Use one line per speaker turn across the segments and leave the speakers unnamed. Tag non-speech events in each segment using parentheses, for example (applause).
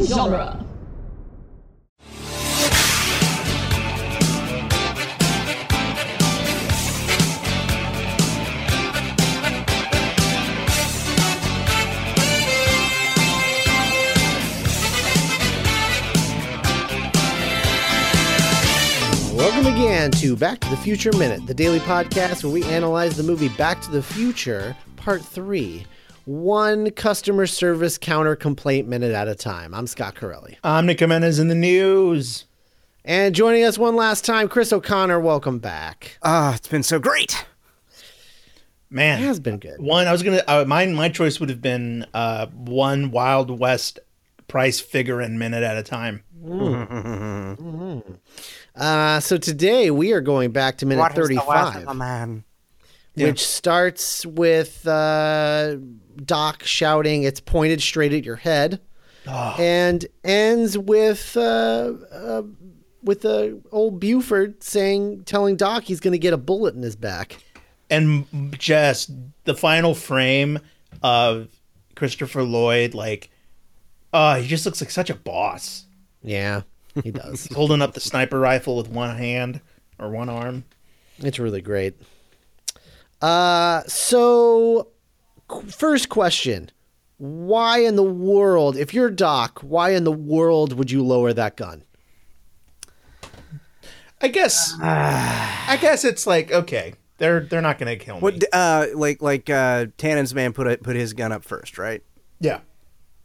genre.
Welcome again to Back to the Future Minute, the daily podcast where we analyze the movie Back to the Future, Part 3, one customer service counter complaint minute at a time. I'm Scott Corelli.
Omnicomena's in the news.
And joining us one last time, Chris O'Connor, welcome back.
Ah, it's been so great.
Man,
It has been good.
One, I was gonna. Uh, mine, my choice would have been uh, one Wild West price figure and minute at a time.
Uh, so today we are going back to minute
What is the wealth of
35,
a man?
which starts with uh, Doc shouting, It's pointed straight at your head. Ah. And ends with uh, uh, with uh, old Buford saying, telling Doc he's going to get a bullet in his back.
And just the final frame of Christopher Lloyd, like, uh, he just looks like such a boss.
Yeah, he does. (laughs)
He's holding up the sniper rifle with one hand or one arm.
It's really great. Uh, so qu- first question: Why in the world, if you're Doc, why in the world would you lower that gun?
I guess. I guess it's like okay, they're they're not gonna kill me.
What? Uh, like like uh, Tannen's man put it, put his gun up first, right?
yeah,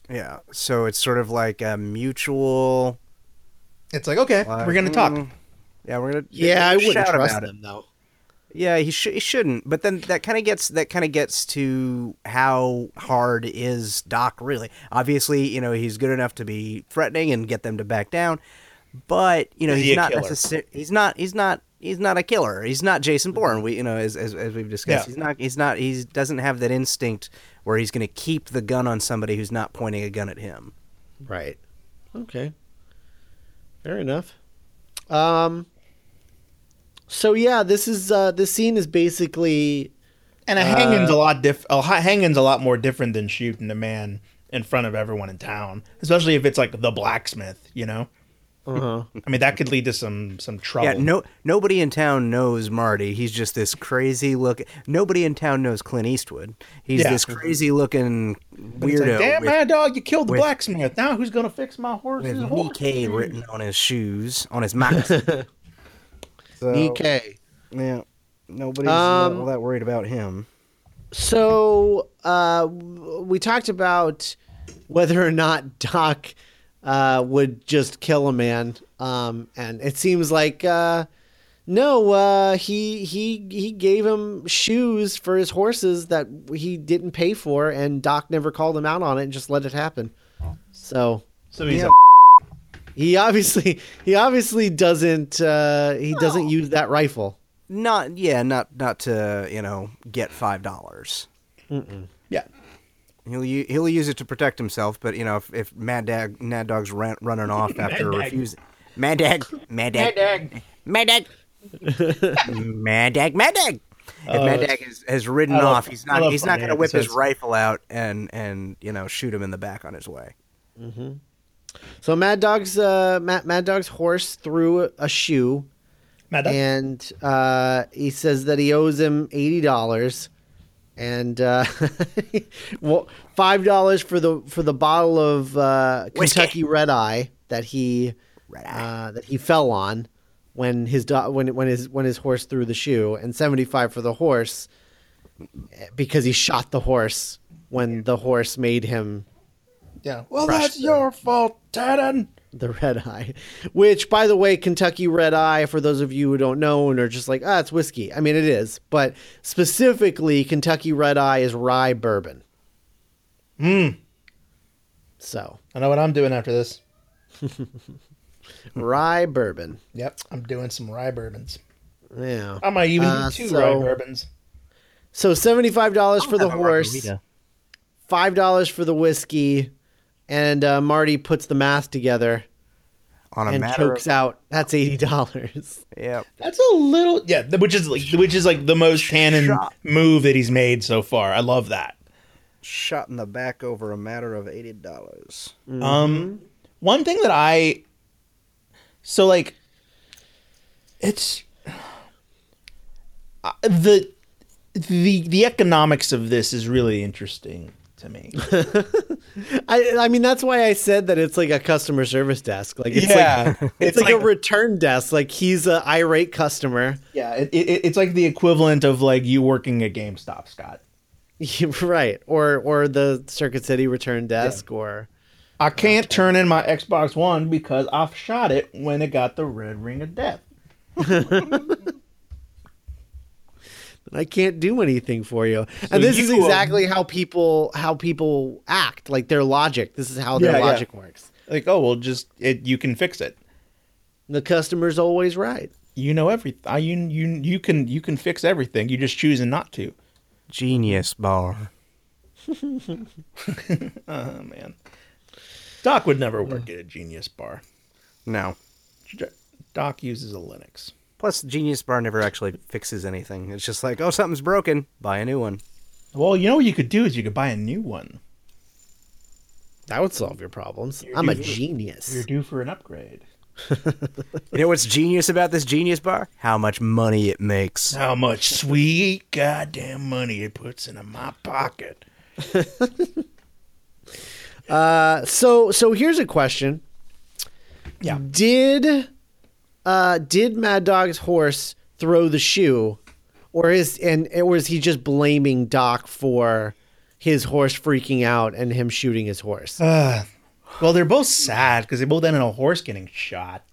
Yeah. So it's sort of like a mutual.
it's like okay, we're gonna talk.
Mm. Yeah, we're gonna.
Yeah, I wouldn't
shout
trust
about it.
them though.
Yeah, he, sh- he shouldn't. But then that kind of gets that kind of gets to how hard is Doc really? Obviously, you know he's good enough to be threatening and get them to back down, but you know
Is he
he's
a
not
killer?
necessarily he's not he's not he's not a killer. He's not Jason Bourne. We you know as as, as we've discussed,
Mm-hmm. Yeah.
he's not he's not he doesn't have that instinct where he's going to keep the gun on somebody who's not pointing a gun at him.
Right. Okay. Fair enough. Um. So yeah, this is uh, this scene is basically
And a
Uh,
hanging's a lot diff. A hi- hanging's a lot more different than shooting a man in front of everyone in town, especially if it's like the blacksmith. You know,
uh-huh.
I mean that could lead to some some trouble.
Yeah, no nobody in town knows Marty. He's just this crazy look. Nobody in town knows Clint Eastwood. He's
Yeah.
this crazy looking
It's like,
weirdo
damn
with,
mad dog, you killed the
with-
blacksmith. Now who's gonna fix my horse's
with
horse?
Nikkei written on his shoes, on his moccasin. (laughs) so,
DK.
Yeah, nobody's uh,
Um,
all that worried about him.
So uh, w- we talked about whether or not Doc uh, would just kill a man, um, and it seems like uh, no, uh, he he he gave him shoes for his horses that he didn't pay for, and Doc never called him out on it and just let it happen. So
So he's
Yeah.
a-
he obviously he obviously doesn't uh, he doesn't use that rifle.
Not yeah, not not to you know get five dollars.
yeah.
He'll u- he'll use it to protect himself, but you know if, if Mad Dag Mad Dog's ran, running (laughs) off after
Dag.
refusing Mad Dag Mad Dag Mad Dag Mad Dag Mad Dag. If Mad Dag has, has ridden
I love-
off, he's
I
not
love
he's not
funny
going to whip his
episodes.
rifle out and and you know shoot him in the back on his way.
So Mad Dog's uh, Mad, Mad Dog's horse threw a shoe
Mad dog.
and uh, he says that he owes him eighty dollars, and uh, (laughs) well, five dollars for the for the bottle of uh,
Whiskey.
Kentucky Red Eye that he
Red Eye.
uh, that he fell on when his do- when when his when his horse threw the shoe, and seventy five for the horse eh, because he shot the horse when the horse made him
yeah. Well,
crushed
that's
the-
your fault, Tannen.
the red eye, which, by the way, Kentucky Red Eye, for those of you who don't know and are just like, ah, it's whiskey. I mean, it is, but specifically, Kentucky Red Eye is rye bourbon.
Hmm.
Mm. So,
I know what I'm doing after this.
rye bourbon.
Yep, I'm doing some rye bourbons.
Yeah.
I might even
Uh,
do two
so-
rye bourbons.
So $75 for the
Have a
horse,
margarita.
$5 for the whiskey, and uh, Marty puts the math together
on a
and
matter
chokes out. That's $80.
of, yeah.
That's a little yeah, th- which is like which is like the most canon
Shot.
move that he's made so far. I love that.
shot in the back over a matter of eighty dollars.
Um, One thing that I so like it's I- the the the economics of this is really interesting to (laughs) me.
(laughs) I, I mean, that's why I said that it's like a customer service desk. Like it's
Yeah.
like it's,
It's
like,
like-
a return desk. Like he's a irate customer, (laughs)
yeah, it, it, it's like the equivalent of like you working at GameStop, Scott.
right? Or or the Circuit City return desk, or
I can't turn in my Xbox One because I shot it when it got the red ring of death.
I can't do anything for you. and
So
this is
you, um,
exactly how people how people act. Like their logic. This is how their
Yeah, yeah.
logic works.
Like, oh well, just it, you can fix it.
The customer's always right.
You know everything. You you you can you can fix everything. You just choosing not to.
Genius bar.
Oh man, Doc would never work at a Genius Bar.
No.
Doc uses a Linux.
Plus, Genius Bar never actually fixes anything. It's just like, oh, something's broken. Buy a new one.
Well, you know what you could do is you could buy a new one.
That would solve your problems. I'm a
due for- You're
genius.
due for an upgrade.
You know what's genius about this Genius Bar? How much money it makes.
How much sweet goddamn money it puts into my pocket?
Uh, so so here's a question.
Yeah.
Did uh did Mad Dog's horse throw the shoe, or is and or is he just blaming Doc for his horse freaking out and him shooting his horse?
Well, they're both sad because they both ended in a horse getting shot.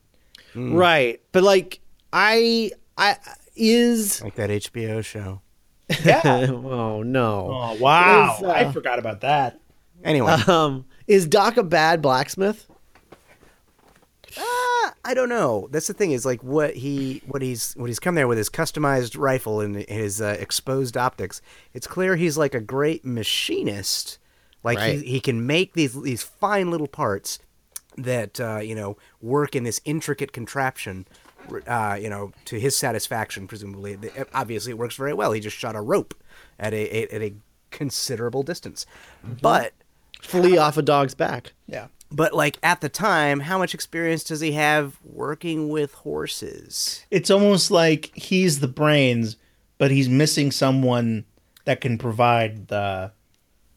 Right, but like I I
(laughs)
is
Like that HBO show.
Yeah.
oh no
(laughs) oh wow!
Is, uh,
I forgot about that.
Anyway,
um is Doc a bad blacksmith?
Uh, I don't know. That's the thing is like what he what he's what he's come there with his customized rifle and his uh, exposed optics. It's clear he's like a great machinist. Like
Right.
he, he can make these these fine little parts that uh, you know work in this intricate contraption. Uh, you know, to his satisfaction, presumably. The- Obviously, it works very well. He just shot a rope at a, a at a considerable distance, but
Flee off a dog's back.
Yeah.
but like at the time, how much experience does he have working with horses?
It's almost like he's the brains, but he's missing someone that can provide the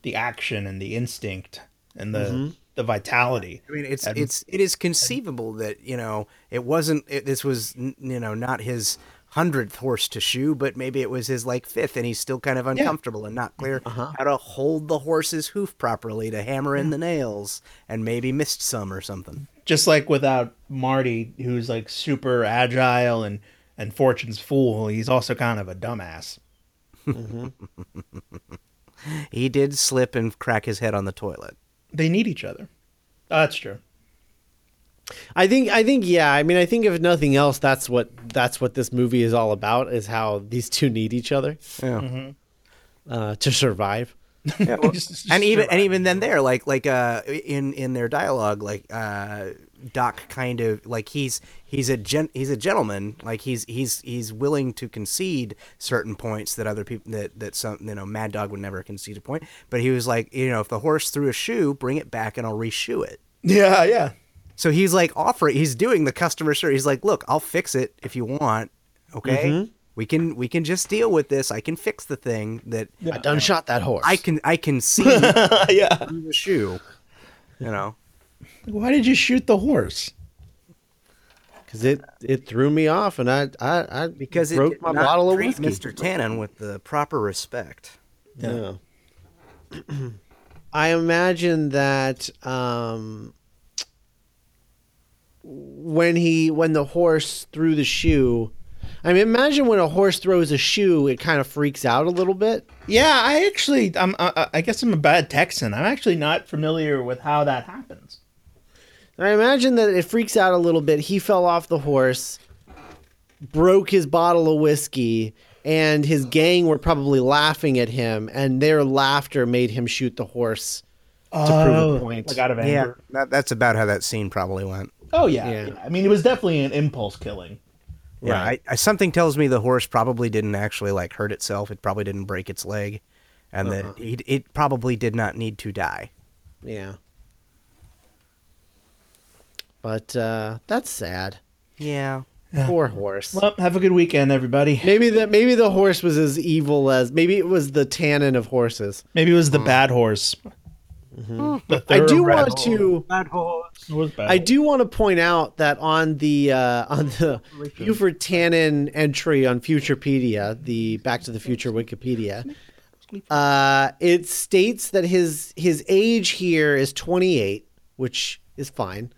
the action and the instinct and the the vitality.
I mean, it's it's it is conceivable that you know it wasn't it, this was n- you know not his hundredth horse to shoe, but maybe it was his like fifth, and he's still kind of uncomfortable and not clear how to hold the horse's hoof properly to hammer in the nails, and maybe missed some or something.
Just like without Marty, who's like super agile and and fortune's fool, he's also kind of a dumbass.
He did slip and crack his head on the toilet.
They need each other. Oh, that's true.
I think I think yeah. I mean, I think if nothing else, that's what that's what this movie is all about is how these two need each other
Yeah.
uh, to survive.
(laughs) Just- just
and even and
survive.
even then there like like uh in in their dialogue like uh doc kind of like he's he's a gen he's a gentleman like he's he's he's willing to concede certain points that other people that that some you know mad dog would never concede a point but he was like you know if the horse threw a shoe bring it back and i'll reshoe it
yeah, yeah.
so he's like offering he's doing the customer service he's like look i'll fix it if you want okay we can we can just deal with this i can fix the thing that
I done shot that horse.
i can i can (laughs) see
yeah.
through the shoe. You know.
Why did you shoot the horse?
because it it threw me off, and I I, I
Because it
broke
did
my
not
bottle of
treat
whiskey.
Mr. Tannen with the proper respect.
Yeah. I imagine that um, when he when the horse threw the shoe, I mean, imagine when a horse throws a shoe, it kind of freaks out a little bit.
Yeah, I actually, I'm, I, I guess I'm a bad Texan. I'm actually not familiar with how that happens.
I imagine that it freaks out a little bit. He fell off the horse, broke his bottle of whiskey, and his gang were probably laughing at him, and their laughter made him shoot the horse to
Oh,
prove a point.
Like out of anger.
That, that's about how that scene probably went.
Oh yeah,
Yeah.
yeah. I mean, it was definitely an impulse killing.
Yeah. I, I, something tells me the horse probably didn't actually like hurt itself. It probably didn't break its leg, and that it, it probably did not need to die.
Yeah. But uh, that's sad.
Yeah.
Poor horse.
Well, have a good weekend, everybody.
Maybe that maybe the horse was as evil as maybe it was the tannin of horses.
Maybe it was the bad horse. The
I do
thoroughbred
want to
Bad horse.
horse. It was bad.
I do want to point out that on the uh, on the Buford Tannen entry on Futurepedia, the Back to the Future Wikipedia, uh, it states that his his age here is 28, which is fine.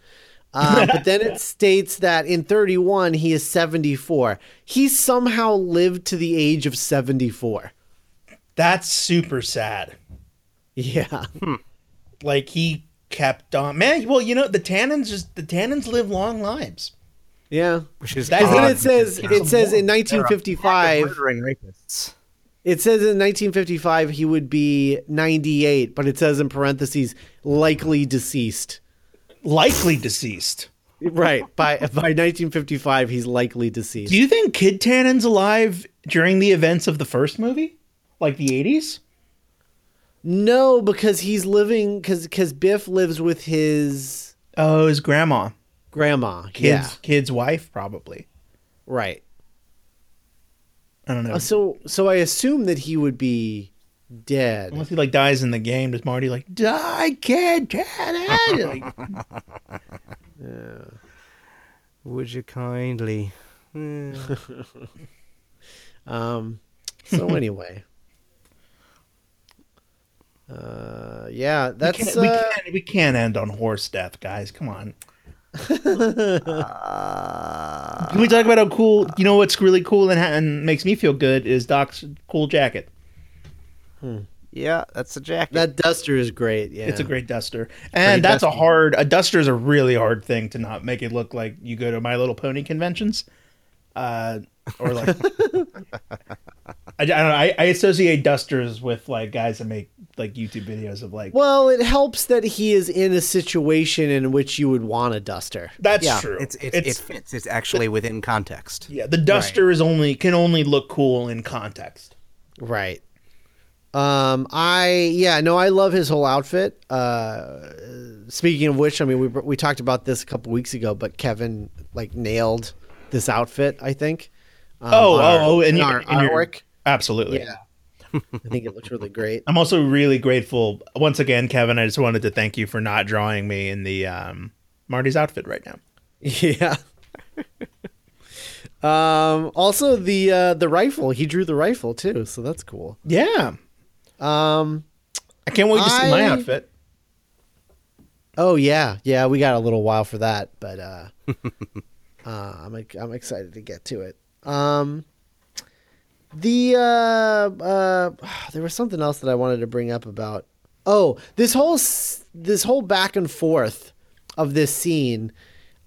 Uh, but then it states that in 31 he is 74. He somehow lived to the age of 74.
That's super sad.
(laughs) Yeah.
Like he kept on, man. Well, you know the tannins just the tannins live long lives.
Yeah.
Which is
And then
odd.
it says it says in
They're
1955
murdering rapists.
It says in 1955 he would be 98, but it says in parentheses likely deceased.
Likely deceased.
Right. (laughs) By by 1955 he's likely deceased.
Do you think Kid Tannen's alive during the events of the first movie, like the eighties?
no, because he's living cuz cuz Biff lives with his
Oh, his grandma,
grandma.
kids,
Yeah.
kid's wife, probably.
Right.
I don't know.
Uh, So so I assume that he would be dead.
Unless he like dies in the game, does Marty like die, Kid Tannen? Like,
Would you kindly? Mm.
Um so
(laughs)
anyway. Uh yeah, that's
can't-
uh,
we, can't, we can't end on horse death, guys. Come on.
Uh,
Uh,
Can we talk about how cool? You know what's really cool and, ha- and makes me feel good is Doc's cool jacket.
yeah, that's a jacket.
that duster is great. Yeah.
It's a great duster, and that's a hard. A duster is a really hard thing to not make it look like you go to My Little Pony conventions, uh,
(laughs)
or like. I, I don't know. I, I associate dusters with like guys that make like YouTube videos of like.
Well, it helps that he is in a situation in which you would want a duster.
that's
yeah,
true.
It's, it's, it fits. It's actually within context.
Yeah, the duster is only can only look cool in context.
Right. Um, I yeah, no, I love his whole outfit. Uh, speaking of which, I mean, we we talked about this a couple weeks ago, but Kevin like nailed this outfit. I think. Um,
Oh,
on
oh,
our-
oh, and
in
your-
our
and your-
artwork.
Absolutely.
Yeah. I think it looks really great. (laughs)
I'm also really grateful once again, Kevin. I just wanted to thank you for not drawing me in the um, Marty's outfit right now.
Yeah. um. Also, the uh, the rifle. He drew the rifle too, so that's cool.
Yeah.
Um.
I can't wait to see my
I-
outfit.
Oh yeah, yeah. We got a little while for that, but uh, (laughs) uh, I'm ex- I'm excited to get to it. Um, the uh, uh, (sighs) there was something else that I wanted to bring up about. Oh, this whole s- this whole back and forth of this scene.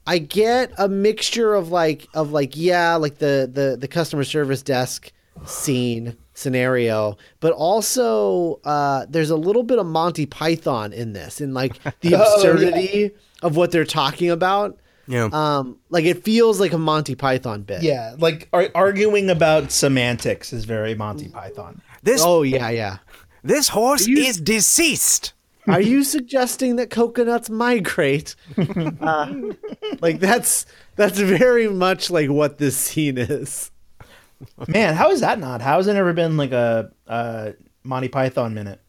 I get a mixture of like of like yeah, like the the the customer service desk scene scenario, but also uh, there's a little bit of Monty Python in this, in like the absurdity of what they're talking about.
Yeah.
Um, like it feels like a Monty Python bit.
Yeah, like ar- arguing about semantics is very Monty Python.
this
Oh yeah, yeah.
this horse is deceased.
Are you suggesting that coconuts
(laughs)
migrate? Uh, like that's that's very much like what this scene is.
Man, how is that not? How has it never been like a, a Monty Python minute?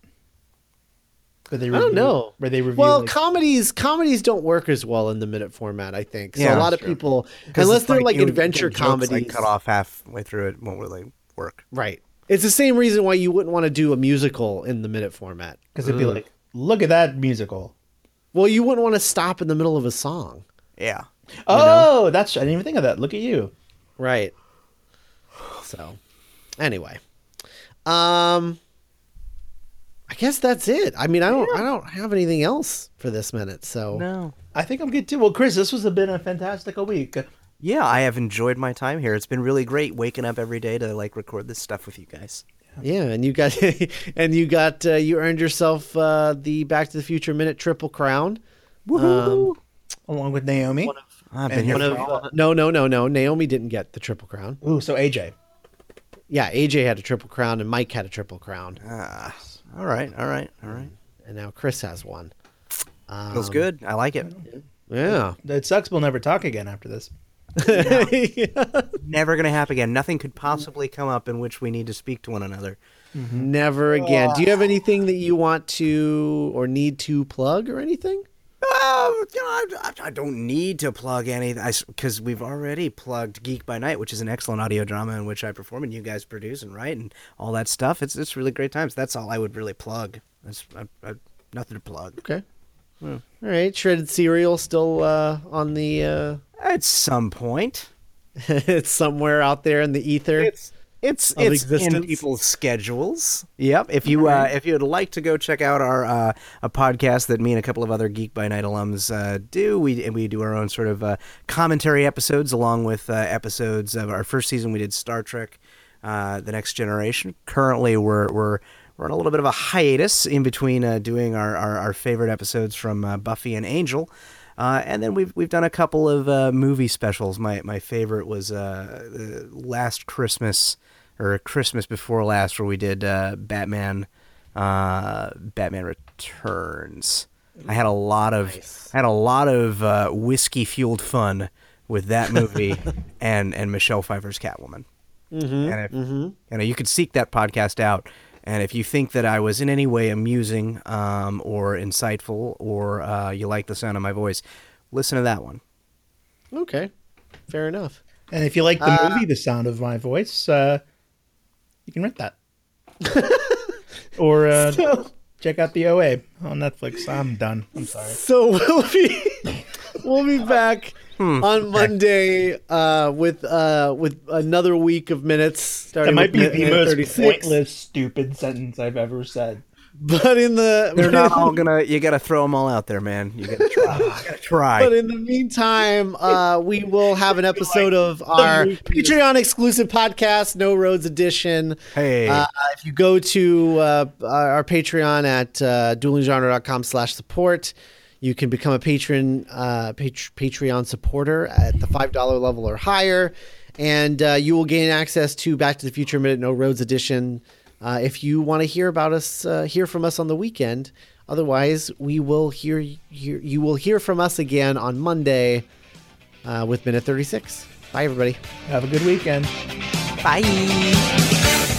Where they
I don't
review-
know.
Mm-hmm. Where they review
well,
like-
comedies comedies don't work as well in the minute format. I think so.
Yeah,
a lot of
sure.
people,
'Cause
unless
it's
they're like
you would
adventure
get jokes,
comedies,
like, cut off halfway through it won't really work.
right? It's the same reason why you wouldn't want to do a musical in the minute format.
Because it'd be like, look at that musical.
Well, you wouldn't want to stop in the middle of a song,
Yeah.
Oh, that's I didn't even think of that. Look at you.
right? So, anyway, um, I guess that's it. I mean, I don't, I don't have anything else for this minute. So,
No.
I think I'm good too. Well, Chris, this was a been a fantastic a week.
Yeah, I have enjoyed my time here. It's been really great waking up every day to like record this stuff with you guys.
Yeah, and you got (laughs) and you got uh, you earned yourself uh, the Back to the Future minute triple crown.
Woohoo!
Along with Naomi. and
I've been here.
one
for-
of, uh,
No, no, no, no. Naomi didn't get the triple crown.
ooh, so AJ.
Yeah, AJ had a triple crown and Mike had a triple crown,
Ah, all right, all right, all right.
and now Chris has one. Um,
Feels good. I like it.
Yeah. (laughs)
It sucks. We'll never talk again after this.
Never going to happen again. Nothing could possibly come up in which we need to speak to one another.
Never again. Do you have anything that you want to or need to plug or anything?
Oh, you know, I, I- I don't need to plug anything because we've already plugged Geek by Night, which is an excellent audio drama in which I perform and you guys produce and write and all that stuff. It's it's really great times. That's all I would really plug. That's I, I, nothing to plug.
Okay. All right. Shredded cereal still uh, on the. Uh, (laughs)
At some point,
it's somewhere out there in the ether.
it's it's
Of
it's in
existence.
people's schedules. Yep. If you uh, if you'd like to go check out our uh, a podcast that me and a couple of other Geek by Night alums uh, do, we and we do our own sort of uh, commentary episodes along with uh, episodes of our first season. We did Star Trek, uh, the Next Generation. Currently, we're we're we're on a little bit of a hiatus in between uh, doing our, our, our favorite episodes from uh, Buffy and Angel. Uh, and then we've we've done a couple of uh, movie specials. My my favorite was uh, the last Christmas or Christmas before last, where we did uh, Batman, uh, Batman Returns. I had a lot of I had a lot of uh, whiskey fueled fun with that movie and and Michelle Pfeiffer's Catwoman. And if, you know, you could seek that podcast out. And if you think that I was in any way amusing um, or insightful, or uh, you like the sound of my voice, listen to that one.
Okay. Fair enough.
And if you like the movie, The Sound of My Voice, uh, you can rent (laughs) that. or uh, check out the OA on Netflix. I'm done. I'm sorry.
So (laughs) we'll be we'll be back on Monday uh, with uh, with another week of minutes. Starting
That might be
with
the
minute
most
36.
pointless, stupid sentence I've ever said.
But in (laughs) the
They're not all gonna. You gotta throw them all out there, man. You gotta try. You gotta try.
But in the meantime, uh, we will have an (laughs) episode of our Patreon exclusive podcast, No Roads Edition.
Hey.
Uh, if you go to uh, our Patreon at uh, duelinggenre.com slash support, you can become a patron, uh, pat- Patreon supporter at the $5 level or higher. And uh, you will gain access to Back to the Future Minute No Roads Edition uh, if you want to hear about us, uh, hear from us on the weekend. Otherwise, we will hear, hear you will hear from us again on Monday uh, with minute 36. Bye, everybody.
Have a good weekend.
Bye.